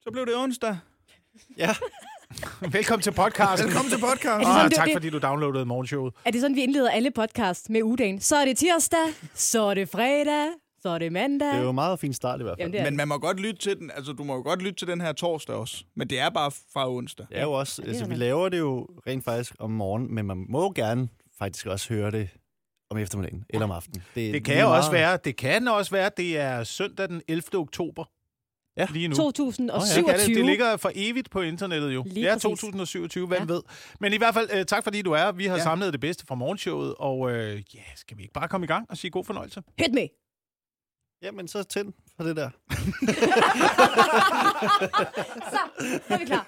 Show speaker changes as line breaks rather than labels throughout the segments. Så blev det onsdag.
Ja. Velkommen til podcasten.
Velkommen til podcast.
Og
Ah,
sådan,
sådan,
tak,
tak for
fordi du downloadede morgenshowet.
Er det sådan, vi indleder alle podcasts med ugedagen? Så er det tirsdag, så er det fredag, så er det mandag.
Det er jo en meget fin start i hvert fald. Jamen,
Jamen, det er
Men
det.
man må godt lytte til den. Altså, du må jo godt lytte til den her torsdag også. Men det er bare fra onsdag.
det er jo også,
Ja,
ja,
det er
altså, vi
det.
laver det jo rent faktisk om morgenen, men man må jo gerne faktisk også høre det om eftermiddagen eller om aftenen.
Det
lige
kan jo også
meget-
være, det kan også være, det er søndag den 11. oktober.
Ja.
Lige nu. Det, kan det,
2027.
det ligger for evigt på internettet jo.
Lige
det er
præcis.
2027, hvem
Ja.
ja. ved. Men i hvert fald, øh, tak fordi du er. Vi har
Ja.
ja. samlet det bedste fra morgenshowet, og øh, ja, skal vi ikke bare komme i gang og sige god fornøjelse?
Hit me!
Jamen, så tænd for det der.
Så, så er vi klar.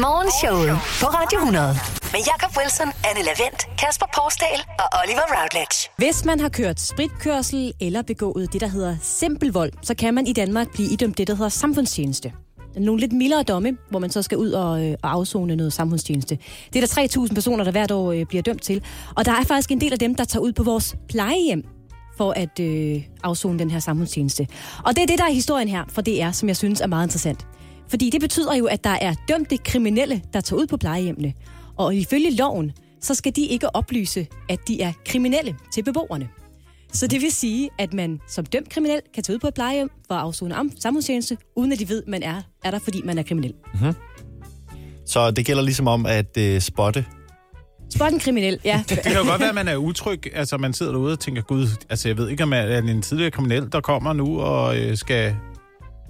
Morgenshowet på Radio 100. Med Jakob Wilson, Anne Lavendt, Kasper Porsdal og Oliver Routledge.
Hvis man har kørt spritkørsel eller begået det, der hedder simpel vold, så kan man i Danmark blive idømt det, der hedder samfundstjeneste. Nogle lidt mildere domme, hvor man så skal ud og, øh, og afzone noget samfundstjeneste. Det er der 3.000 personer, der hvert år øh, bliver dømt til. Og der er faktisk en del af dem, der tager ud på vores plejehjem for at øh, afzone den her samfundstjeneste. Og det er det, der er historien her, for det er, som jeg synes er meget interessant. Fordi det betyder jo, at der er dømte kriminelle, der tager ud på plejehjemmene. Og ifølge loven, så skal de ikke oplyse, at de er kriminelle til beboerne. Så det vil sige, at man som dømt kriminel kan tage ud på et plejehjem for at afzone am- samfundstjeneste, uden at de ved, man er, er der, fordi man er kriminel.
Så det gælder ligesom om at øh, spotte.
Spot en kriminel, ja.
Det kan jo godt være, at man er utryg. Altså, man sidder derude og tænker, gud, altså, jeg ved ikke, om jeg er en tidligere kriminel, der kommer nu og øh, skal,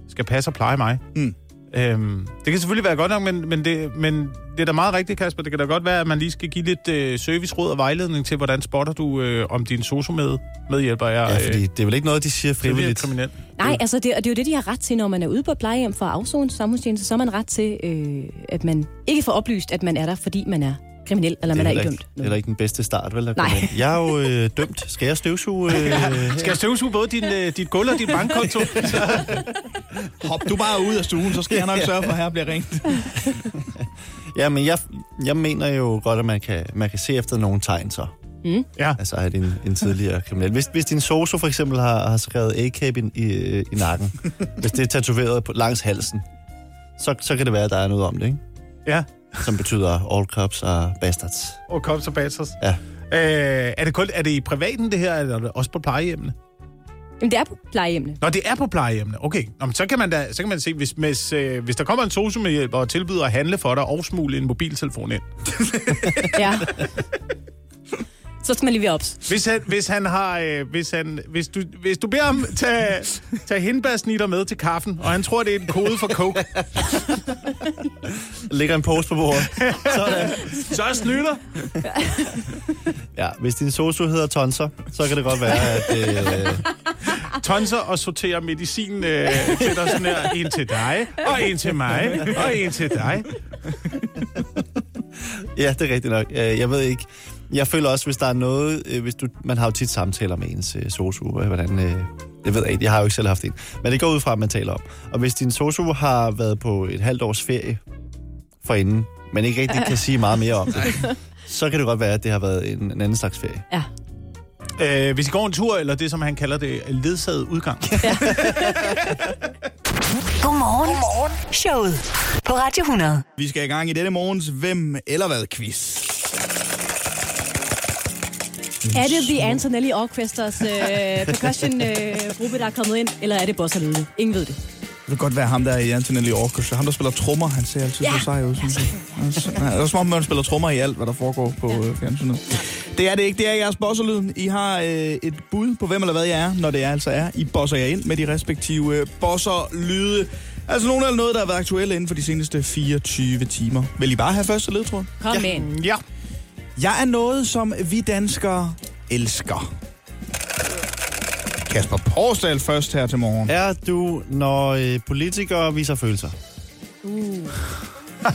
skal passe og pleje mig.
Mm.
Øhm, det kan selvfølgelig være godt nok, men, men, det, men det er da meget rigtigt, Kasper. Det kan da godt være, at man lige skal give lidt øh, serviceråd og vejledning til, hvordan spotter du, øh, om din sosu-med, medhjælper er
Ja,
øh,
fordi det er vel ikke noget, de siger
tidligere
frivilligt.
kriminel.
Nej, altså det, og det er jo det, de har ret til, når man er ude på et plejehjem for at afzone samfundstjeneste, så har man ret til, øh, at man ikke får oplyst, at man er der, fordi man er kriminel, eller man er
heller
ikke
ikke,
dømt.
heller ikke den bedste start, vel? at
Nej.
komme ind. Jeg er jo øh, dømt. Skal jeg støvsuge? Øh,
Skal jeg støvsuge både din, øh, dit gulv og din bankkonto?
Hop du bare ud af stuen, så skal jeg nok sørge for, at her bliver ringet.
ja, men jeg, jeg mener jo godt, at man kan, man kan se efter nogle tegn så.
ja.
Altså er det en, en tidligere kriminel. Hvis, hvis din soso for eksempel har, har skrevet AK i, i, i nakken, hvis det er tatoveret på, langs halsen, så, så kan det være, at der er noget om det, ikke?
ja.
Som betyder all cops are bastards.
Og kom så basis.
Ja.
Øh, er, det kun, er det i privaten, det her, eller er det også på plejehjemmene?
Jamen det er på plejehjemmene.
Nå, det er på plejehjemmene. Okay. Nå, men så kan man da så kan man se, hvis, hvis, øh, hvis der kommer en sosu-medhjælper og tilbyder at handle for dig og smule en mobiltelefon ind.
Ja. Så skal man lige være ops.
Hvis han, hvis han har... Øh, hvis, han, hvis, du, hvis du beder ham tage, tage hindbærsnitter med til kaffen, og han tror, det er en kode for coke,
Ligger en pose på bordet. Sådan.
så snyder.
Ja, hvis din sosu hedder Tonser, så kan det godt være, at... Øh,
Tonser og sorterer medicin øh, til dig sådan her. En til dig, og en til mig, og en til dig.
ja, det er rigtigt nok. Øh, Jeg ved ikke. Jeg føler også, hvis der er noget... øh, Hvis du, man har jo tit samtaler med ens øh, sosu, øh, hvordan... øh, Det ved jeg ikke, jeg har jo ikke selv haft en. Men det går ud fra, at man taler om. Og hvis din sosu har været på et halvt års ferie forinden, men ikke rigtig kan sige meget mere om det, så kan det godt være, at det har været en, en anden slags ferie.
Ja.
Øh, hvis I går en tur, eller det, som han kalder det, ledsaget udgang.
Godmorgen. Godmorgen. Showet på Radio 100.
Vi skal i gang i denne morgens Hvem eller hvad quiz.
Er det The Antonelli Orchestras øh, percussion-gruppe, der er kommet ind, eller er det Bossa Nova? Ingen ved det.
Det kan godt være ham der i Antonelli Orchestra. Ham, der spiller trommer, han ser altid
Ja.
så sej ud, synes jeg. Altså, ja, Det er som om, man spiller trommer i alt, hvad der foregår på øh, fjernsynet. Det er det ikke. Det er jeres bosserlyd. I har øh, et bud på, hvem eller hvad jeg er, når det er altså er. I bosser jer ind med de respektive øh, bosserlyde. Altså nogen eller noget, der har været aktuelle inden for de seneste 24 timer. Vil I bare have første ledtråd?
Kom ja. ind.
Ja.
Jeg er noget, som vi danskere elsker. Kasper Porsdal først her til morgen.
Er du, når øh, politikere viser følelser?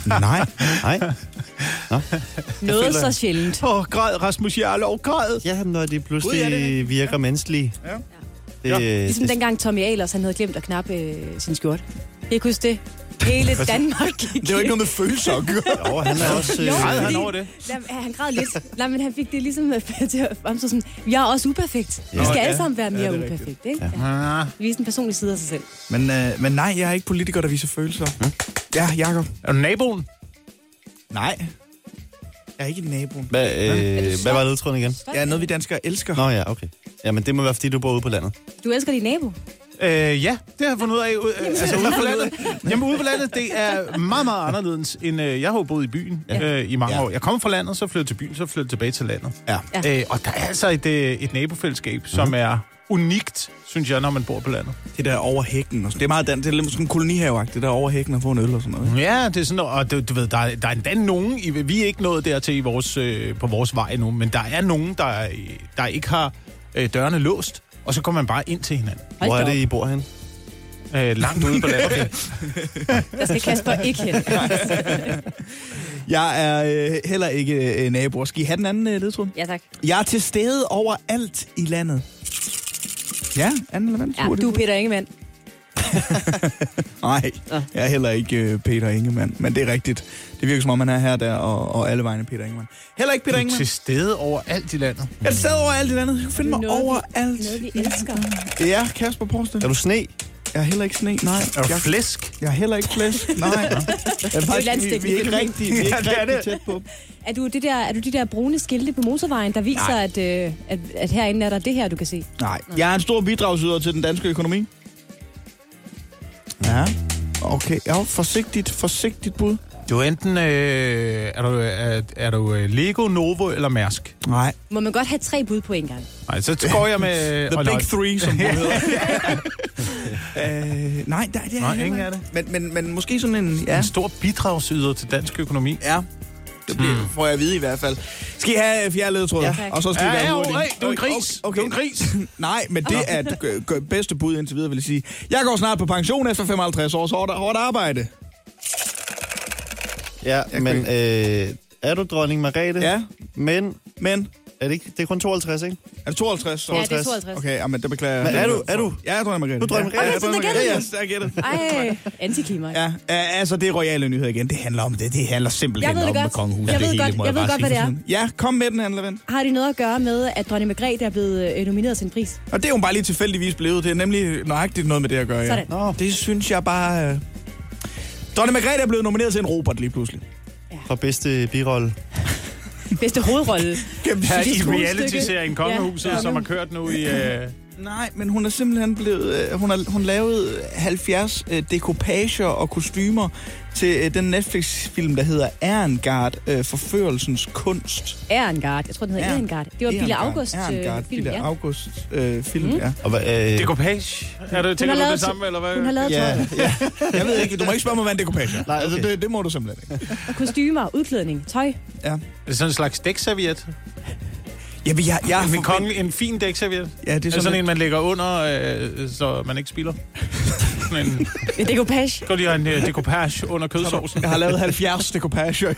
Nej.
Nej.
Noget
føler-
så sjældent.
Åh, oh, græd, Rasmus Jarlov, græd.
Ja, når de pludselig
Gud, ja, det er
det virker ja. menneskelige.
Ja.
Det, ja. Ligesom
Ligesom dengang Tommy Ahlers, han havde glemt at knappe øh, sin skjort. Jeg kan I huske det. Hele Danmark gik
Det var ikke noget med følelser at gøre.
Jo, han er også...
Jo,
Græd
fordi-
han over det?
Jamen, han græd lidt. Nej, men han fik det ligesom øh, til at fremstå sådan, jeg er også uperfekt. Vi skal
ja.
alle sammen være
Ja,
mere
det er rigtigt.
uperfekt, ikke? Ja.
Ah,
Vise en personlig side af sig selv.
Men, øh, men nej, jeg er ikke politiker, der viser følelser. Ja, Jakob.
er du naboen?
Hm? Nej. Jeg er ikke naboen.
Hvad, øh, hvad var ledtråden igen?
Jeg er noget, vi danskere elsker.
Nå ja, okay. Jamen, det må være, fordi du bor ude på landet.
Du elsker din nabo.
Øh, ja, det har jeg fundet ud af. Ud, øh, altså ude på landet. Jamen ude på landet, det er meget, meget anderledes end... Øh, jeg har jo boet i byen øh, i mange
Ja.
år. Jeg kom fra landet, så flyttede til byen, så flyttede tilbage til landet.
Ja. Mhm.
Øh, og der er altså et, øh, et nabofællesskab, som er unikt, synes jeg, når man bor på landet.
Det der over hækken. Og sådan. Det er meget dan- det er lidt sådan kolonihaveagtigt, der over hækken og få en øl og sådan noget. ikke?
Ja, det er sådan, og du, du ved, der, er- der er endda nogen, i, vi er ikke nået dertil i vores, øh, på vores vej nu, men der er nogen, der, øh, der ikke har øh, dørene låst, og så kommer man bare ind til hinanden.
Hold
Hvor er
da
det, I bor hen?
Øh, langt ude på landet. Okay.
op, Der skal Kasper ikke hen.
Jeg er øh, heller ikke øh, naboer. Skal I have den anden øh, ledtråd?
Ja, tak.
Jeg er til stede overalt i landet. Ja, anden eller anden
Ja, du er Peter Ingemann.
Nej,
Nå.
jeg er heller ikke øh, Peter Ingemann, men det er rigtigt. Det virker som om, han er her der og, og alle vegne Peter Ingemann. Heller ikke Peter
Du er
Ingemann.
til stede overalt i landet.
Jeg er til stede overalt i landet. Jeg kan finde mig
Noget, vi-
overalt.
Noget, vi elsker.
Ja, Kasper Porsted.
Er du sne?
Jeg er heller ikke sne, nej.
Er du
Jeg,
flæsk?
jeg er heller ikke flæsk, nej. Jeg er faktisk, vi, vi er ikke
landsdækkende
rigtig, vi er
Ja,
ikke
det er
rigtig
det.
tæt på.
Er du, det der, er du de der brune skilte på motorvejen, der viser, at, øh, at, at herinde er der det her, du kan se?
Nej, jeg er en stor bidragsyder til den danske økonomi. Ja, okay. Ja, forsigtigt, forsigtigt bud.
Du er enten øh, er du, er, er du øh, Lego, Novo eller Mærsk.
Nej.
Må man godt have tre bud på en gang?
Nej, så går jeg med...
The
og
Big
nøj-
Three, som det hedder. øh, nej, der, det er
Nej,
jeg
ingen
heller
af
ikke. Men, men, men måske sådan en... Ja,
En stor bidragsyder til dansk økonomi.
ja. Det bliver, hmm. får jeg at vide i hvert fald. Skal I have øh, fjerde ledetråd?
Ja, tak.
Og så skal I
Ja,
være
ja,
hurtige.
okay, du er en gris.
Okay,
Du er en gris.
Nej, men det er det gø- gø- bedste bud indtil videre, vil jeg sige. Jeg går snart på pension efter 55 års hårdt, hårdt arbejde.
Ja, men øh, er du dronning Margrethe?
Ja,
Men
men...
er det, ikke, det er kun 52, ikke?
Er det 52?
Ja, det er 52.
Okay, ja, men det beklager jeg.
Men er du- er du?
Ja, jeg tror, jeg Margrethe.
Du er dronning Margrethe.
Ja,
Okay,
så der
Ja,
gætter
ja,
du.
jeg gætter.
Ej, antiklimax.
Ja, øh, altså det er royale nyheder igen. Det handler om det. Det handler simpelthen
Jeg ved
om
det godt.
med kongehuset.
Jeg
det
ved
hele,
godt-
må
jeg ved
bare
godt, hvad
sige.
det
Ja, kom med den, Anne Levent.
Har det noget at gøre med, at dronning Margrethe er blevet øh, nomineret til en pris?
Og det er hun bare lige tilfældigvis blevet. Det er nemlig nøjagtigt noget med det at gøre. Ja.
Sådan.
Nå, det synes jeg bare... Øh... Dronning Margrethe er blevet nomineret til en Robert lige pludselig.
For bedste birolle.
Bedste hovedrolle.
Kæmpe
Her i
Sidste
reality-serien Kongehuset,
Ja, ja.
som har kørt nu i... Øh,
Nej, men hun er simpelthen blevet... Øh, hun har hun lavet 70 øh, dekopager og kostymer til øh, den Netflix-film, der hedder Erengard, øh, Forførelsens Kunst.
Ehrengard. Jeg tror, den hedder
Ehren-
Ehrengard. Det var Bille
Ehrengard-
August
Ehrengard,
øh, film,
Bille
ja.
August øh, film, mm. ja.
Og, hvad, øh,
det Er det, tænker du det
lavet til-
samme, eller hvad?
Hun har lavet
ja,
tøj,
ja.
Jeg ved ikke, du må ikke spørge mig, hvad en dekopage er.
Nej, okay.
altså, det, det må du simpelthen ikke.
kostymer, udklædning, tøj.
Ja.
Er det sådan en slags dækserviet?
Jamen, jeg, jeg,
En, konge, en fin dækserviet?
Ja, det
Det er Altså, sådan en, man lægger under, øh, så man ikke spilder. Men
En dekopage.
går lige en øh, decoupage under kødsovsen.
Jeg har lavet 70 dekopager.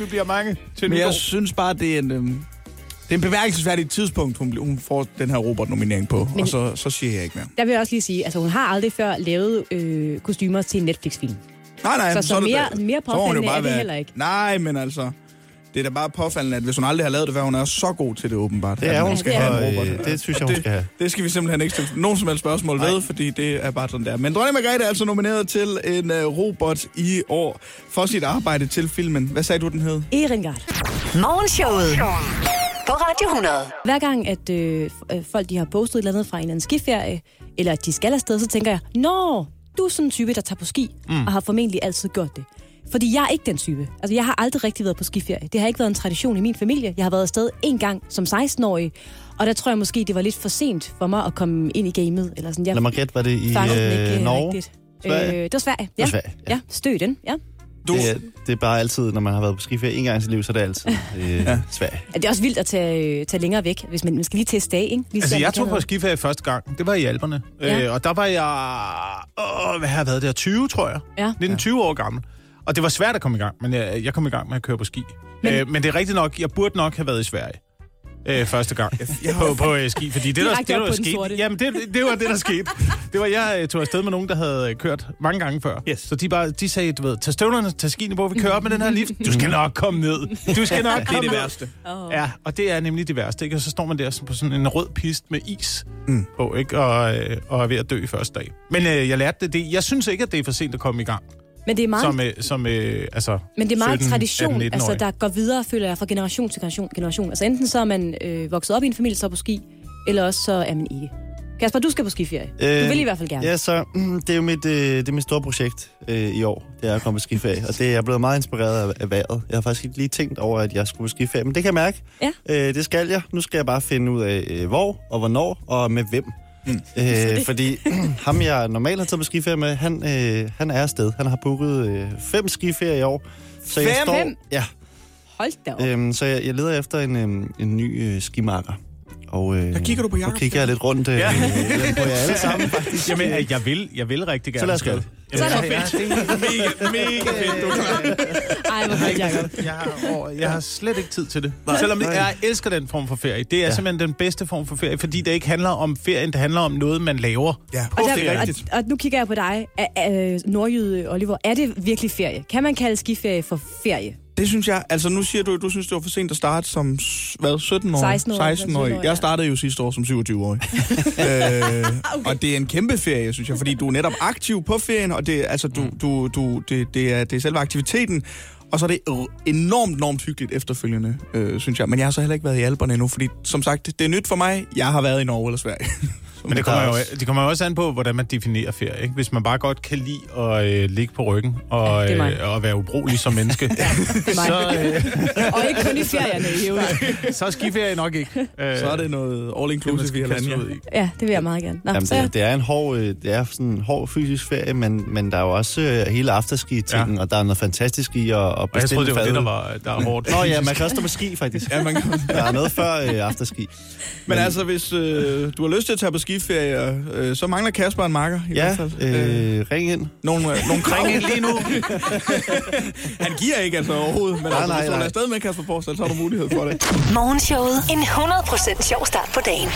Vi bliver mange til
Men jeg
nytår.
synes bare, det er en... Øhm, det er en bemærkelsesværdig tidspunkt, hun, bl- hun får den her Robert-nominering på, Men...
Men-
og så, så siger jeg ikke mere.
Der vil jeg også lige sige, altså hun har aldrig før lavet øh, kostymer til en Netflix-film.
Nej, nej.
Så- så
er det
mere-
da-
mere
så må hun jo
påfaldende
bare
er det
være-
heller ikke.
Nej, men altså, det er da bare påfaldende, at hvis hun aldrig har lavet det, hvad hun er så god til det åbenbart.
Det
at
er
man
hun.
skal
Ja,
have en
Og,
Robert.
øh, det synes jeg, hun skal have.
Det skal vi simpelthen ikke stille nogen som helst spørgsmål Nej. ved, fordi det er bare sådan der. Men dronning Margrethe er altså nomineret til en uh, robot i år for sit arbejde til filmen. Hvad sagde du, den hed?
Ehrengard.
Morgenshowet på Radio 100.
Hver gang, at øh, f- øh, folk de har postet et eller andet fra en eller anden skiferie, eller at de skal afsted, så tænker jeg, Nå, du er sådan en type, der tager på ski, mm. og har formentlig altid gjort det. Fordi jeg er ikke den type. Altså, jeg har aldrig rigtig været på skiferie. Det har ikke været en tradition i min familie. Jeg har været afsted en gang som 16-årig, og der tror jeg måske, det var lidt for sent for mig at komme ind i gamet. Eller sådan. Jeg
Lad mig gætte, var det i
fangede den ikke,
øh,
øh,
Norge?
rigtigt.
Sverige?
Øh, det var Sverige. Ja.
var Sverige, ja.
ja. stød den. Ja.
Du,
Det, er- det er bare altid, når man har været på skiferie en gang i sit liv, så er det altid øh, ja. Sverige.
Ja, Det er også vildt at tage, øh, tage længere væk, hvis man, man skal lige teste af, ikke? Lige
Altså,
se, om
jeg
man Ligesom kan
tog på
noget.
skiferie første gang. Det var i Alperne.
Ja.
Øh, og der var jeg... Åh, hvad har jeg været der? 20, tror jeg.
Ja.
19-20 år gammel. Og det var svært at komme i gang, men jeg, jeg kom i gang med at køre på ski. Men, øh, men det er rigtigt nok, jeg burde nok have været i Sverige. øh, første gang på, på øh, ski. Fordi det, der, det,
Direkte
der,
op
var
på den
sket,
sorte.
jamen det, det var det, der skete. Det var, jeg øh, tog afsted med nogen, der havde øh, kørt mange gange før.
Yes.
Så de, bare, de sagde, du ved, tag støvlerne, tag skiene på, vi kører op med den her lift. Du skal nok komme ned. Du skal
Det
nok
er
komme
det
ned.
værste.
Oh.
Ja, og det er nemlig det værste, ikke? Og så står man der sådan på sådan en rød pist med is mm. på, ikke? Og, øh, og er ved at dø første dag. Men øh, jeg lærte det, det. Jeg synes ikke, at det er for sent at komme i gang.
Men det er meget,
Som, øh, som øh, altså,
men det er meget
17,
tradition,
18,
altså,
19-årig.
der går videre, føler jeg, fra generation til generation. generation. Altså enten så er man øh, vokset op i en familie, så er på ski, eller også så er man ikke. Kasper, du skal på skiferie. Øh, du vil i hvert fald gerne.
Ja, så mm, det er jo mit, øh, det er mit store projekt øh, i år, det er at komme på skiferie. og det er jeg blevet meget inspireret af, af vejret. Jeg har faktisk ikke lige tænkt over, at jeg skulle på skiferie, men det kan jeg mærke.
Ja.
Øh, det skal jeg. Nu skal jeg bare finde ud af, øh, hvor og hvornår og med hvem. Mm. Øh, fordi ham, jeg normalt har taget på skiferie med, han, øh, han er afsted. Han har booket øh, fem skiferier i år. Så jeg
Fem?
står,
Fem?
Ja,
Hold da op.
øhm, så jeg, jeg leder efter en, øhm, en ny øh, skimarker. Og, øh,
Der kigger du på
og
Jacob.
kigger jeg lidt rundt øh, ja. på jer alle sammen, faktisk.
Jamen, øh, jeg vil, jeg vil rigtig gerne.
Så lad os
skal.
gøre
Ja,
Så lad os
ja, det er mega, mega fedt, du kan.
Ej, hvor fedt, Jacob.
Jeg har, over, jeg har slet ikke tid til det. Selvom
nej.
jeg elsker den form for ferie. Det er ja. simpelthen den bedste form for ferie, fordi det ikke handler om ferien, det handler om noget, man laver.
Ja,
Og,
det er
der,
rigtigt.
og, og nu kigger jeg på dig, a, a, nordjyde Oliver. Er det virkelig ferie? Kan man kalde skiferie for ferie?
Det synes jeg, altså nu siger du, at du synes, det var for sent at starte som, s- hvad, 17 år?
16-årig.
16 år.
ja.
Jeg startede jo sidste år som 27-årig. øh, Og det er en kæmpe ferie, synes jeg, fordi du er netop aktiv på ferien, og det, altså, du, du, du, det, det, er, det er selve aktiviteten, og så er det r- enormt, enormt hyggeligt efterfølgende, øh, synes jeg. Men jeg har så heller ikke været i Alperne endnu, fordi som sagt, det er nyt for mig. Jeg har været i Norge eller Sverige.
Men det kommer, jo, det kommer jo også an på, hvordan man definerer ferie. Ikke? Hvis man bare godt kan lide at øh, ligge på ryggen og,
det er mig.
øh, og være ubrugelig som menneske,
mig.
så, øh,
Og ikke kun i ferierne i øvrigt.
så er skiferie nok ikke. Øh,
Så er det noget all-inclusive, vi har landet ud i.
Ja, det vil jeg meget gerne. Nå,
Jamen,
så, ja.
det, det er en hård, øh, det er sådan en hård fysisk ferie, men, men der er jo også øh, hele afterski-tingen, ja. og der er noget fantastisk i at, at
Og jeg
bestille
troede, det var det, der
fadøl.
var der er hårdt.
Nå ja, man kan også stå på ski, faktisk.
Ja, man kan...
Der er noget før øh, afterski.
Men altså, hvis øh, du har lyst til at tage på skiferie, øh, så mangler Kasper en marker i
Ja,
hvert fald.
øh, ring ind.
Nogle, øh, nogle kringe lige nu. Han giver ikke altså overhovedet, men
Nej,
altså,
nej,
hvis du
nej.
er afsted med Kasper Forsdal, så har du mulighed for det.
Morgenshowet. En 100% sjov start på dagen.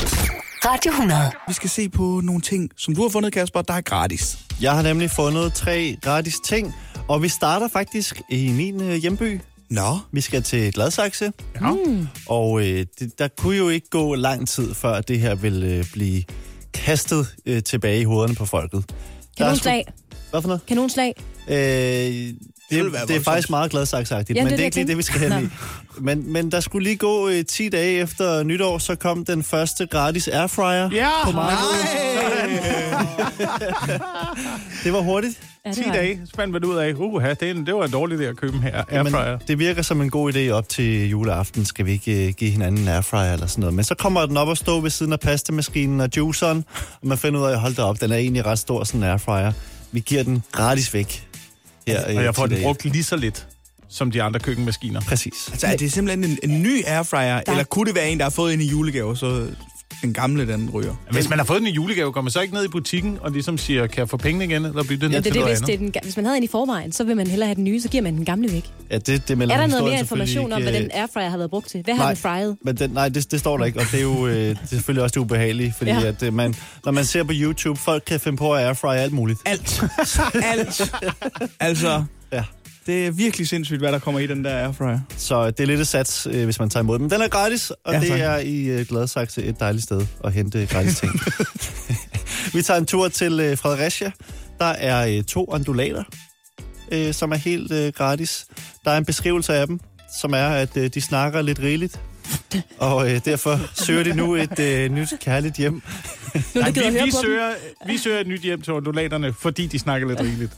Radio 100.
Vi skal se på nogle ting, som du har fundet, Kasper, der er gratis.
Jeg har nemlig fundet tre gratis ting, og vi starter faktisk i min øh, hjemby.
Nå.
Vi skal til Gladsaxe,
Ja.
Mm.
og øh, det, der kunne jo ikke gå lang tid, før det her ville øh, blive kastet øh, tilbage i hovederne på folket. Der er sgu-
kanonslag.
Hvad for noget?
Kanonslag.
Øh, det,
ville være
det, det er
voldsomt.
faktisk meget gladsaksagtigt,
Ja,
men
det er
det er
det,
ikke
jeg
lige det, vi skal
tænkte.
hen i. Men, men der skulle lige gå øh, 10 dage efter nytår, så kom den første gratis airfryer.
Ja,
Det var hurtigt.
10 dage, så fandt man ud af, uha, det, er en, det var en dårlig idé at købe dem her. Airfryer.
Men det virker som en god idé op til juleaften. Skal vi ikke øh, give hinanden en airfryer eller sådan noget? Men så kommer den op og stå ved siden af pastamaskinen og juiceren, og man finder ud af, hold da op, den er egentlig ret stor, sådan en airfryer. Vi giver den gratis væk. Her, øh,
Altså, Og jeg får
10
den
dage.
brugt lige så lidt, som de andre køkkenmaskiner.
Præcis.
Altså, er det simpelthen en, en ny airfryer, der... eller kunne det være en, der har fået en i julegave, så den gamle, den ryger?
Hvis man har fået den i julegave, går man så ikke ned i butikken og ligesom siger, kan jeg få pengene igen, eller bytte den ja,
Ja, det
til
er det,
noget
hvis,
andet?
det er den, ga- hvis man havde en i forvejen, så vil man hellere have den nye, så giver man den gamle væk.
Ja, det, det melder
Er der noget
historien selvfølgelig
mere information om,
ikke,
hvad
øh,
den airfryer har været brugt til? Hvad har den fryet?
Men den, nej, det, det står der ikke, og det er jo øh, det er selvfølgelig også det ubehagelige, fordi
Ja.
ja. at, øh, man, når man ser på YouTube, folk kan finde på at airfryer alt muligt.
Alt. Alt. altså,
Ja.
det er virkelig sindssygt, hvad der kommer i den der airfryer.
Så det er lidt et sats, øh, hvis man tager imod dem. Den er gratis, og
Ja,
ja, det
tak.
er i øh, Gladsaxe et dejligt sted at hente gratis ting. Vi tager en tur til øh, Fredericia. Der er øh, to undulater, øh, som er helt øh, gratis. Der er en beskrivelse af dem, som er, at øh, de snakker lidt rigeligt. Og øh, derfor søger de nu et øh, nyt kærligt hjem.
Nu er
Nej,
det givet at
vi,
høre
vi,
på dem.
søger, vi søger et nyt hjem til ondulaterne, fordi de snakker lidt rigeligt.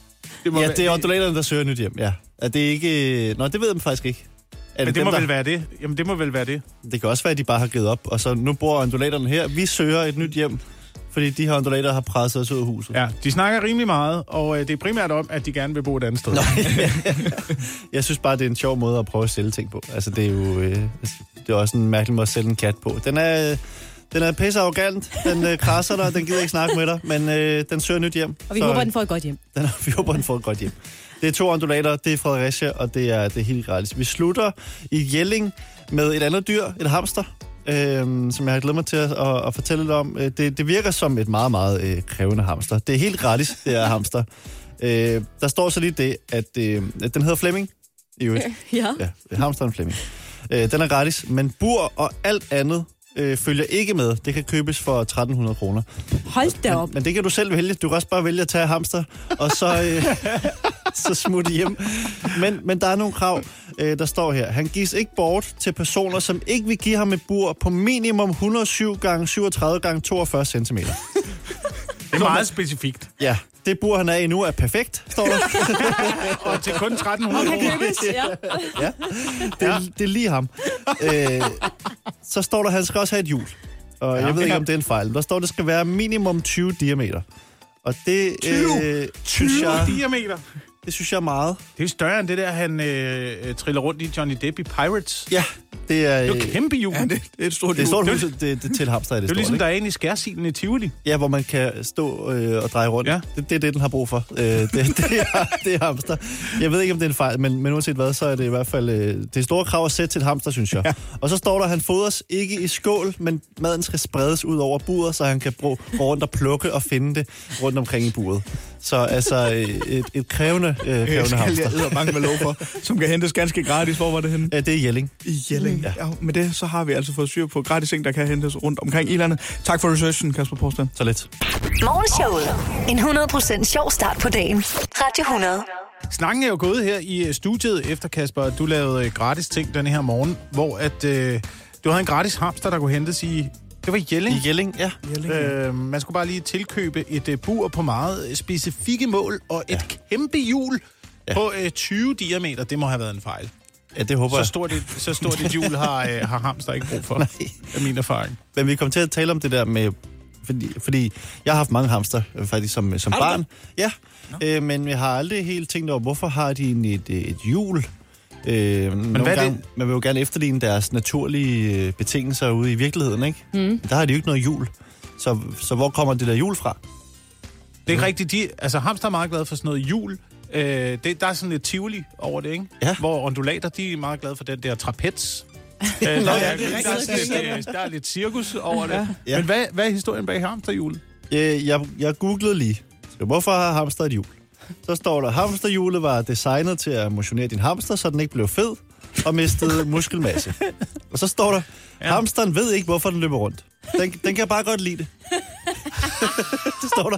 Det må,
Ja,
være-
det er ondulaterne, der søger nyt hjem, ja. Er det ikke... Nå, det ved man faktisk ikke. Er
Men det
dem,
må
der...
vel være det. Jamen, det må vel være det.
Det kan også være, at de bare har givet op, og så nu bor ondulaterne her. Vi søger et nyt hjem, fordi de her ondulater har presset os ud af huset.
Ja, de snakker rimelig meget, og øh, det er primært om, at de gerne vil bo et andet sted. Nå.
Jeg synes bare, det er en sjov måde at prøve at sælge ting på. Altså, det er jo øh, altså, det er også en mærkelig måde at sælge en kat på. Den er, øh, den er pisse arrogant, den øh, krasser dig, den gider ikke snakke med dig, men øh, den søger nyt hjem.
Og vi
Så,
håber, den får et godt hjem.
Den, vi håber, den får et godt hjem. Det er to ondulater, det er Fredericia, og det er, det er helt gratis. Vi slutter i Jelling med et andet dyr, et hamster. øh, som jeg har glædet mig til at, at, at fortælle lidt om. Øh, Det, det virker som et meget, meget øh, krævende hamster. Det er helt gratis, det her hamster. Øh, der står så lige det, at, øh, at den hedder Flemming. I øvrigt.
Ja.
Ja, hamsteren Flemming. Øh, den er gratis, men bur og alt andet øh, følger ikke med. Det kan købes for 1300 kroner.
Hold da op.
Men det kan du selv vælge. Du kan også bare vælge at tage hamster, og så, øh, så smutte hjem. Men, men der er nogle krav, øh, der står her. Han gives ikke bort til personer, som ikke vil give ham et bur på minimum 107 gange 37 gange 42 cm.
Det er meget specifikt.
Ja, det bur, han er i nu, er perfekt, står der.
Og til kun 1300
Kan
kroner.
købes, ja.
Ja, det, er, det er lige ham. Øh, så står der, han skal også have et hjul. Og ja, jeg ved ikke, om det er en fejl. Der står, det skal være minimum 20 diameter. Og det,
20?
øh,
20
synes jeg,
diameter.
det synes jeg er meget.
Det er større end det der, han øh, øh, triller rundt i Johnny Depp i Pirates.
Ja, det er...
Det er jo
øh,
kæmpe jul.
Ja, det, det er et stort
Det er
hjul.
stort hus, det, det, det til hamster er det,
Det er jo
stort,
ligesom,
ikke?
der er en i skærsilen i Tivoli.
Ja, hvor man kan stå øh, og dreje rundt.
Ja.
Ja. Det, det er det, den har brug for. Øh, det, det, er, det er hamster. Jeg ved ikke, om det er en fejl, men, men uanset hvad, så er det i hvert fald... Øh, det er store krav at sætte til et hamster, synes jeg. Ja. Og så står der, at han fodres ikke i skål, men maden skal spredes ud over buret, så han kan bro, gå rundt og plukke og finde det rundt omkring i buret. Så altså øh, et, et krævende, øh,
Jeg
krævende
skal
hamster.
jeg æder bange med lov for, som kan hentes ganske gratis. Hvor var det henne?
Ja, det er Jelling.
I Jelling. Ja. ja, med det så har vi altså fået styr på gratis ting, der kan hentes rundt omkring i landet. Tak for researchen, Kasper Porsdam.
Så lidt.
Morgenshowet. En 100% sjov start på dagen. Radio 100.
Snakken er jo gået her i øh, studiet efter, Kasper, at du lavede øh, gratis ting den her morgen, hvor at, øh, du havde en gratis hamster, der kunne hentes i... Det var i Jelling.
I Jelling, ja.
Øh, man skulle bare lige tilkøbe et øh, bur på meget øh, specifikke mål og et kæmpe hjul ja. på øh, 20 diameter. Det må have været en fejl.
Ja, det håber
Så
jeg.
stort et, så stort et hjul har, øh, har hamster ikke brug for, er min erfaring.
Men vi kom til at tale om det der med... Fordi, fordi jeg har haft mange hamster, øh, faktisk, som, som barn. Ja, øh, men jeg har aldrig helt tænkt over, hvorfor har de egentlig et, øh, et hjul? Øh, men
hvad er
gange, man vil jo gerne efterligne deres naturlige øh, betingelser ude i virkeligheden, ikke? Mm. Der har de jo ikke noget hjul. Så, så hvor kommer det der hjul fra?
Det er ikke rigtigt. De, altså, hamster er meget glad for sådan noget jul. Øh, det, der er sådan lidt tivoli over det, ikke?
Ja.
Hvor ondulater, de er meget glade for den der trapez. Øh, der, er, der,
ja,
er,
det er
der, er
rigtigt.
sådan lidt, øh, der er lidt cirkus over det.
Ja.
Men hvad, hvad er historien bag hamsterhjulet?
Øh, jeg, jeg googlede lige, så hvorfor har hamster et hjul? Så står der, hamsterhjulet var designet til at motionere din hamster, så den ikke blev fed og mistede muskelmasse. Og så står der, hamsteren ved ikke, hvorfor den løber rundt. Den, den kan bare godt lide det. det står der.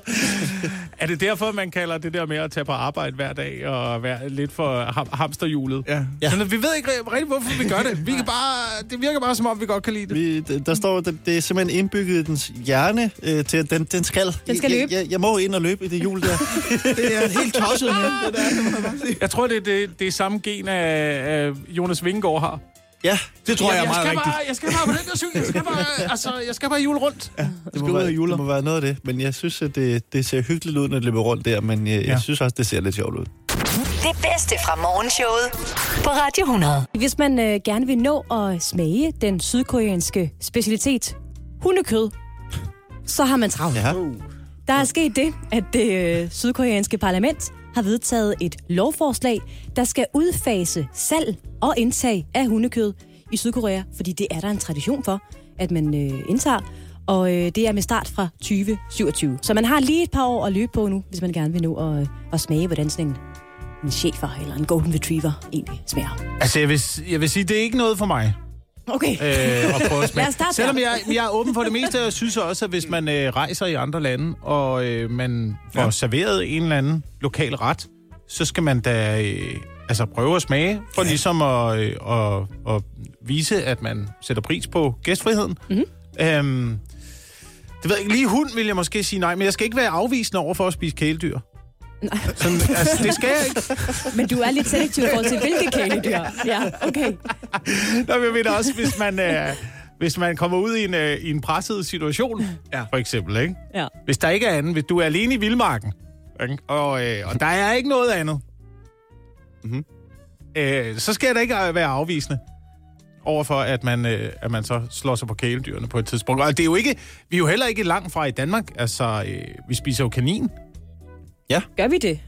Er det derfor, man kalder det der med at tage på arbejde hver dag og være lidt for ham- hamsterhjulet?
Ja.
ja. Men vi ved ikke rigtig, hvorfor vi gør det. Vi kan bare, det virker bare, som om vi godt kan lide det.
Vi, d- der står, det, det er simpelthen indbygget i dens hjerne øh, til, at den, den skal.
Den skal
jeg,
løbe.
Jeg, jeg, må ind og løbe i det hjul der.
Det er helt tosset, det der, det må jeg bare sige.
Jeg tror, det er det, det er samme gen, af, af Jonas Vingegaard har.
Ja,
Det tror jeg er
jeg,
meget
skal
rigtigt.
bare, jeg skal bare på den der cykel. Jeg skal bare, altså, jeg skal bare jule rundt.
Det
Skal
må,
ud
være,
og juler.
det må være noget af det, men jeg synes, at det, det ser hyggeligt ud, når det løber rundt der, men jeg, ja.
Ja.
jeg synes også, det ser lidt sjovt ud.
Det bedste fra morgenshowet på Radio 100.
Hvis man øh, gerne vil nå at smage den sydkoreanske specialitet, hundekød, så har man travlt.
Ja. Altså,
Der er sket det, at det øh, sydkoreanske parlament har vedtaget et lovforslag, der skal udfase salg og indtag af hundekød i Sydkorea, fordi det er der en tradition for, at man øh, indtager, og øh, det er med start fra 2027. Så man har lige et par år at løbe på nu, hvis man gerne vil nå at, øh, at smage, hvordan sådan en, en chefer eller en golden retriever egentlig smager.
Altså, jeg vil, jeg vil sige, det er ikke noget for mig.
Okay.
øh, at prøve at smage.
Lad os starte
Selvom
der.
jeg, jeg er åben for det meste, og jeg synes også, at hvis man øh, rejser i andre lande, og øh, man får ja. serveret en eller anden lokal ret, så skal man da øh, altså prøve at smage, for ja. ligesom at, øh, at, at vise, at man sætter pris på gæstfriheden. Mm-hmm. Øhm, det ved jeg ikke. Lige hund vil jeg måske sige nej, men jeg skal ikke være afvisende over for at spise kæledyr. Sådan, altså, det skal jeg ikke.
Men du er lidt selektiv i forhold til, hvilke kæledyr. Ja, okay.
Nå, men jeg mener også, hvis man, øh, hvis man kommer ud i en, øh, i en presset situation, ja. for eksempel, ikke?
Ja.
Hvis der ikke er andet, hvis du er alene i vildmarken, ikke? og, øh, og der er ikke noget andet, mm-hmm. øh, så skal jeg da ikke øh, være afvisende overfor, at man, øh, at man så slår sig på kæledyrene på et tidspunkt. Og det er jo ikke, vi er jo heller ikke langt fra i Danmark. Altså, øh, vi spiser jo kanin.
Gør vi det?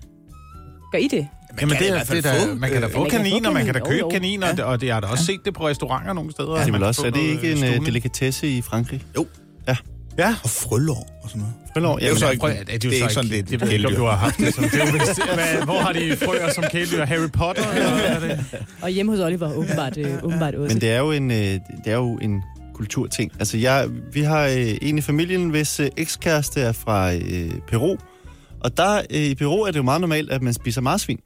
Gør I det?
Man
Jamen,
kan
det,
i
er,
hvert fald
det er
få,
da, man kan da
øh,
få
man kan få
kaniner, man kan da
kaniner,
købe
jo, jo.
kaniner, og det- og det- jeg har da også set det på restauranter nogle steder.
Ja,
at
det er vel
man kan
også,
få
er det
noget
ikke en øh,
stående.
delikatesse i Frankrig?
Jo.
Ja.
Ja.
Og frølår og sådan noget.
Hvornår?
Det er jo så ikke,
Prøv, at- er det, jo
det er
så
ikke sådan, det,
det, det, det, du har haft det. Som, det er jo vist, hvad, hvor har de frøer som kæledyr? Harry Potter? Eller hvad er det?
Og hjemme hos Oliver åbenbart, øh, åbenbart også.
Men det er jo en, øh, det er jo en kulturting. Altså, jeg, vi har øh, en i familien, hvis øh, ekskæreste er fra øh, Peru. Og der øh, i Peru er det jo meget normalt, at man spiser marsvin.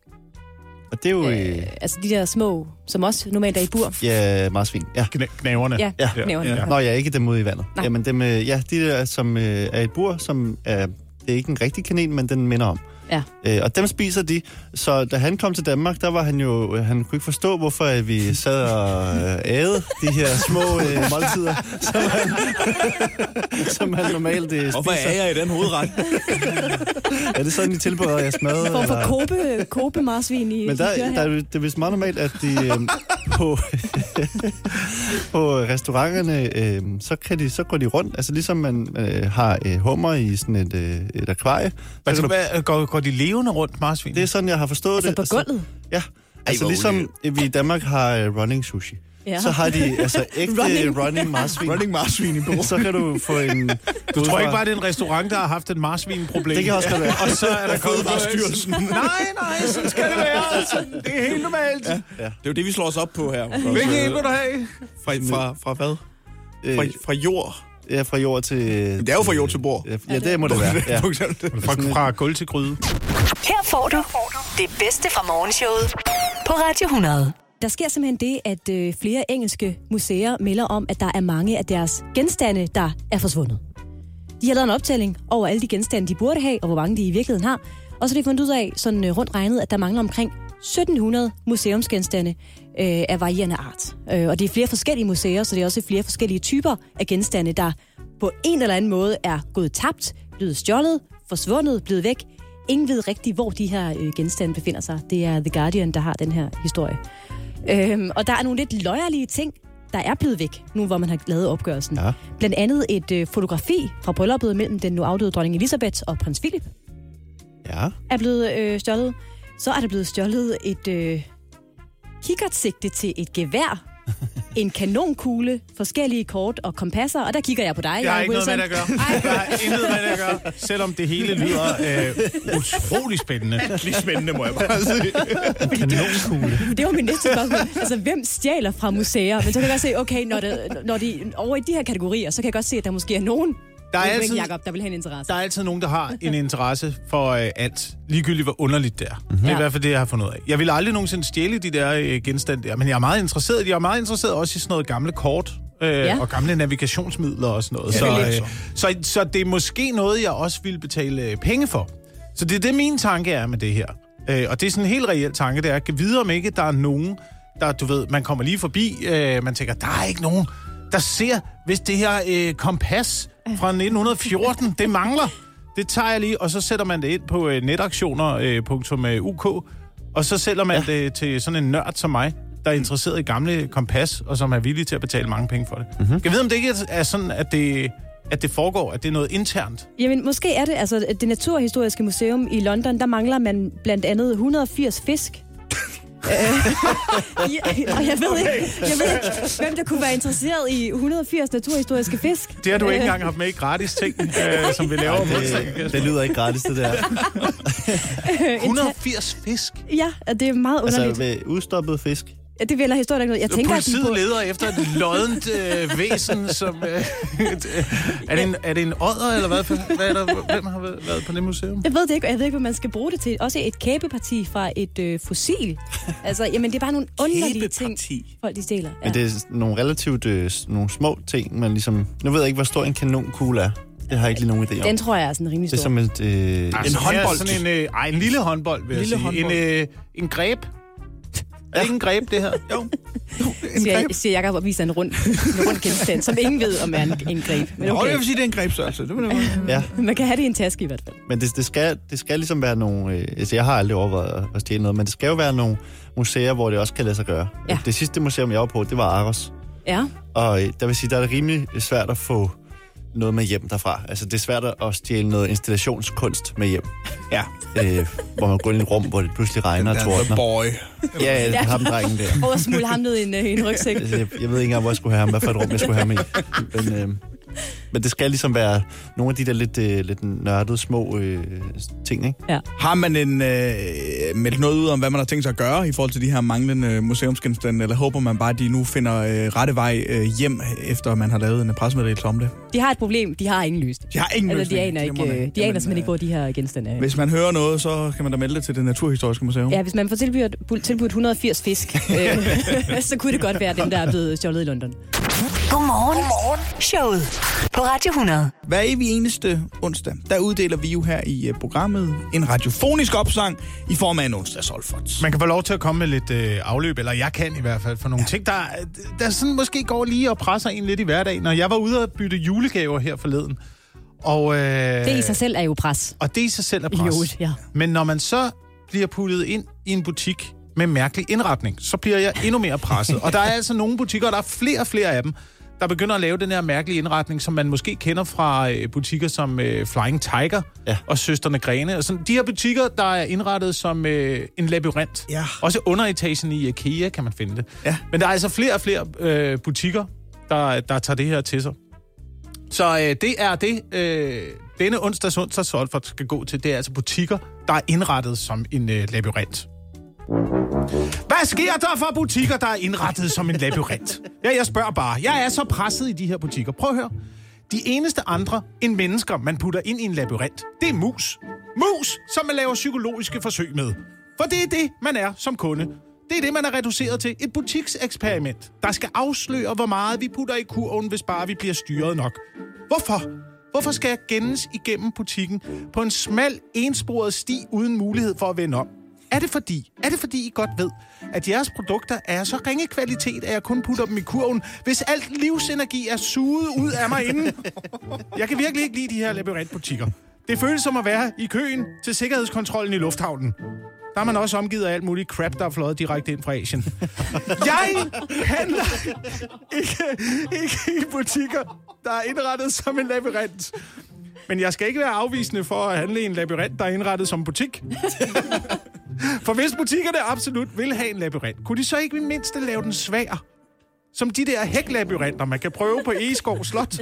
Og det er jo... Øh,
øh, altså de der små, som også normalt er i bur.
ja, marsvin. Ja.
Kna- Knaverne.
Ja,
Ja.
ja. Næverne.
Ja.
ja.
Nå, jeg er ikke dem ude i vandet.
Nej.
Jamen, dem, øh, ja, de der, som øh, er i et bur, som er, det er ikke en rigtig kanel, men den minder om.
Ja.
Øh, og dem spiser de. Så da han kom til Danmark, der var han jo, øh, han kunne ikke forstå, hvorfor at vi sad og øh, æde de her små øh, måltider, som han, som han normalt øh,
Hvorfor
spiser.
er jeg i den hovedret?
Er det sådan, I tilbereder jeres mad?
En form for
eller?
kåbe, kåbe marsvin i
Men
i køer
der,
her.
der, er jo- det er vist meget normalt, at de øh, på, på restauranterne, øh, så, kan de, så går de rundt. Altså ligesom man øh, har øh, hummer i sådan et, øh, et akvarie. Så
Altså,
kan du,
hvad, går, går de levende rundt, marsvin?
det er sådan, jeg har forstået
altså
det.
på gulvet.
Altså, ja. Altså
hvor
ligesom øh, vi i Danmark har øh, running sushi.
Ja.
Ja. Så har de altså ægte
Running.
running, running marsvin.
Running marsvin i Peru.
Så kan du få en...
Du tror ikke bare, det er en restaurant, der har haft et marsvinproblem?
Det kan også godt være.
Og så er der kommet
Fødevarestyrelsen.
Nej, nej, sådan skal det være. Altså. Det er helt normalt. Ja.
Det er jo det, vi slår os op på her.
Hvilken en vil du have?
Fra, fra, fra hvad?
Øh,
Fra, fra jord.
ja, fra jord til...
Det er jo fra jord til bord.
Ja, ja, det må det være. Ja.
For eksempel.
Fra, fra gulv til gryde.
Her får du det bedste fra morgenshowet på Radio 100.
Der sker simpelthen det, at øh, flere engelske museer melder om, at der er mange af deres genstande, der er forsvundet. De har lavet en optælling over alle de genstande, de burde have, og hvor mange de i virkeligheden har. Og så har de fundet ud af, sådan øh, rundt regnet, at der mangler omkring 1700 museumsgenstande øh, af varierende art. Øh, og det er flere forskellige museer, så det er også flere forskellige typer af genstande, der på en eller anden måde er gået tabt, blevet stjålet, forsvundet, blevet væk. Ingen ved rigtigt, hvor de her øh, genstande befinder sig. Det er The Guardian, der har den her historie. Øhm, og der er nogle lidt løjerlige ting, der er blevet væk, nu hvor man har lavet opgørelsen.
Ja.
Blandt andet et øh, fotografi fra brylluppet mellem den nu afdøde dronning Elisabeth og prins Philip
ja.
er blevet øh, stjålet. Så er der blevet stjålet et øh, kikkertsigte til et gevær, en kanonkugle, forskellige kort og kompasser. Og der kigger jeg på dig,
Jeg har ikke
Jacob
noget med
Wilson.
det at gøre. Jeg har intet med det at gøre. Selvom det hele lyder øh, utrolig spændende.
Lige spændende, må jeg bare sige.
Kanonkugle.
Det var min næste spørgsmål. Altså, hvem stjæler fra museer? Men så kan jeg godt se, okay, når, det, når de over i de her kategorier, så kan jeg godt se, at der måske er nogen,
Der er
Men
altid-
Jacob, der vil have en interesse.
Der er altid nogen, der har en interesse for øh, alt. Ligegyldigt, hvor underligt det er. Mm-hmm. Det er i hvert fald det, jeg har fundet ud af. Jeg vil aldrig nogensinde stjæle de der øh, genstande der, men jeg er meget interesseret. i det. Jeg er meget interesseret også i sådan noget gamle kort. Øh, ja.
Ja.
Og gamle navigationsmidler og sådan noget.
Ja, det er lidt
så, øh, så, så det er måske noget, jeg også ville betale øh, penge for. Så det er det, min tanke er med det her. Øh, og det er sådan en helt reel tanke, det er, at videre om ikke der er nogen, der, du ved, man kommer lige forbi, øh, man tænker, der er ikke nogen, der ser, hvis det her øh, kompas fra 1914, det mangler. Det tager jeg lige, og så sætter man det ind på øh, netaktioner.uk, og så sælger man ja. det til sådan en nørd som mig, der er interesseret i gamle kompas, og som er villig til at betale mange penge for det. Mm-hmm. Jeg ved, om det ikke er sådan, at det, at det foregår, at det er noget internt.
Jamen, måske er det. Altså, det Naturhistoriske Museum i London, der mangler man blandt andet 180 fisk. Øh, ja, og jeg ved, ikke, jeg ved ikke, hvem der kunne være interesseret i 180 naturhistoriske fisk.
Det har du ikke
Øh,
engang haft med i gratis ting, øh, som vi laver om onsdagen,
Det, det
Kasper.
lyder ikke gratis, det der.
180 fisk.
Ja, og det er meget underligt.
Altså,
Altså,
med udstoppet fisk.
det vælger historien ikke noget. Jeg tænker, at de
Politiet
på...
leder efter et loddent øh, væsen, som... Øh, er, det en, er det en odder, eller hvad? For- hvad er der, hvem har været været på det museum?
Jeg ved det ikke, og jeg ved ikke, hvad man skal bruge det til. Også et kæbeparti fra et øh, fossil. Altså, jamen, det er bare nogle underlige ting,
Kæbeparti.
folk de stjæler. Ja.
Men det er nogle relativt øh, s- nogle små ting, men ligesom... Nu ved jeg ikke, hvor stor en kanonkugle er. Det har jeg ikke lige nogen idé om.
Den tror jeg er sådan rimelig
det er
stor.
som et... Øh,
Ah.
Altså, her er
håndbold.
Sådan en, øh, ej, en lille håndbold, vil
Lille
jeg sige.
håndbold.
En, øh, en greb. Er det ikke en greb, det her? Jo.
siger, siger Jacob og viser en rund, en rund genstand, som ingen ved, om er en, en greb. Men
Nå,
okay.
jeg vil sige, det er en grebstørrelse. Det vil jeg godt.
ja,
Man kan have det i en taske i hvert fald.
men det, det, skal, det skal ligesom være nogle... Øh, altså, jeg har aldrig overvejet at- at stjæle noget, men det skal jo være nogle museer, hvor det også kan lade sig gøre.
Ja.
Det sidste museum, jeg var på, det var Aros.
Ja,
Og øh, der vil sige, der er det rimelig svært at få noget med hjem derfra. Altså, det er svært at stjæle noget installationskunst med hjem,
Ja.
øh, hvor man går ind i et rum, hvor det pludselig regner og
The
tordner.
boy.
Ja, ja, det er ham drengen der.
Og smule ham ned i en, øh, i en rygsæk.
Altså, Jeg, jeg ved ikke engang, hvor jeg skulle have ham, hvad for et rum, jeg skulle have ham i. Men, øh, men det skal ligesom være nogle af de der lidt, øh, lidt nørdede små øh, ting, ikke?
Har man en, øh, meldt noget ud om, hvad man har tænkt sig at gøre i forhold til de her manglende museumsgenstande, eller håber man bare, at de nu finder øh, rette vej øh, hjem, efter man har lavet en pressemeddelelse om det?
De har et problem, de har ingen løsning.
Jeg har ingen
Eller de
løsning.
aner, ikke, øh, de
Glimrende.
aner
Jamen, øh,
simpelthen ikke, hvor de her genstande er.
Hvis man hører noget, så kan man da melde det til det Naturhistoriske Museum.
Ja, hvis man får tilbudt, bu- tilbudt 180 fisk, øh, så kunne det godt være dem, der er blevet stjålet i London.
Godmorgen. Godmorgen. Showet på Radio 100.
Hver evig eneste onsdag, der uddeler vi jo her i øh, programmet en radiofonisk opsang i form af en onsdagsolfot.
Man kan få lov til at komme med lidt øh, afløb, eller jeg kan i hvert fald, for nogle ja. ting, der, øh, der sådan måske går lige og presser en lidt i hverdagen. Når jeg var ude og bytte julegaver her forleden, og... Øh,
Det i sig selv er jo pres.
Og det i sig selv er pres.
Idiot, ja.
Men når man så bliver puttet ind i en butik med mærkelig indretning, så bliver jeg endnu mere presset. og der er altså nogle butikker, og der er flere og flere af dem, der begynder at lave den her mærkelige indretning, som man måske kender fra øh, butikker som øh, Flying Tiger
Ja.
ja. og Søsterne Grene. Og sådan, de her butikker, der er indrettet som øh, en labyrint.
Ja.
Også underetagen i IKEA kan man finde det.
Ja.
Men der er altså flere og flere øh, butikker, der, der tager det her til sig. Så øh, det er det, øh, denne onsdags onsdags Solfort skal gå til. Det er altså butikker, der er indrettet som en øh, labyrint. Hvad sker der for butikker, der er indrettet som en labyrint? Ja, jeg spørger bare. Jeg er så presset i de her butikker. Prøv at høre. De eneste andre end mennesker, man putter ind i en labyrint, det er mus. Mus, som man laver psykologiske forsøg med. For det er det, man er som kunde. Det er det, man er reduceret til. Et butikseksperiment, der skal afsløre, hvor meget vi putter i kurven, hvis bare vi bliver styret nok. Hvorfor? Hvorfor skal jeg gennes igennem butikken på en smal, ensporet sti uden mulighed for at vende om? Er det fordi, er det fordi I godt ved, at jeres produkter er af så ringe kvalitet, at jeg kun putter dem i kurven, hvis alt livsenergi er suget ud af mig inden? Jeg kan virkelig ikke lide de her labyrintbutikker. Det føles som at være i køen til sikkerhedskontrollen i lufthavnen. Der er man også omgivet af alt muligt crap, der er fløjet direkte ind fra Asien. Jeg handler ikke, ikke i butikker, der er indrettet som en labyrint. Men jeg skal ikke være afvisende for at handle i en labyrint, der er indrettet som butik. For hvis butikkerne absolut vil have en labyrint, kunne de så ikke i det mindste lave den svær? Som de der hæklabyrinter, man kan prøve på Egeskov Slot.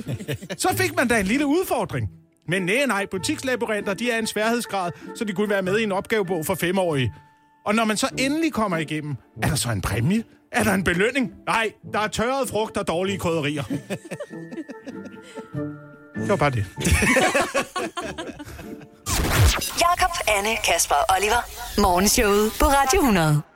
Så fik man da en lille udfordring. Men nej, nej, butikslabyrinter, de er en sværhedsgrad, så de kunne være med i en opgavebog for femårige. Og når man så endelig kommer igennem, er der så en præmie? Er der en belønning? Nej, der er tørret frugt og dårlige krydderier. Det var bare det.
Jakob, Anne, Kasper og Oliver. Morgenshowet på Radio 100.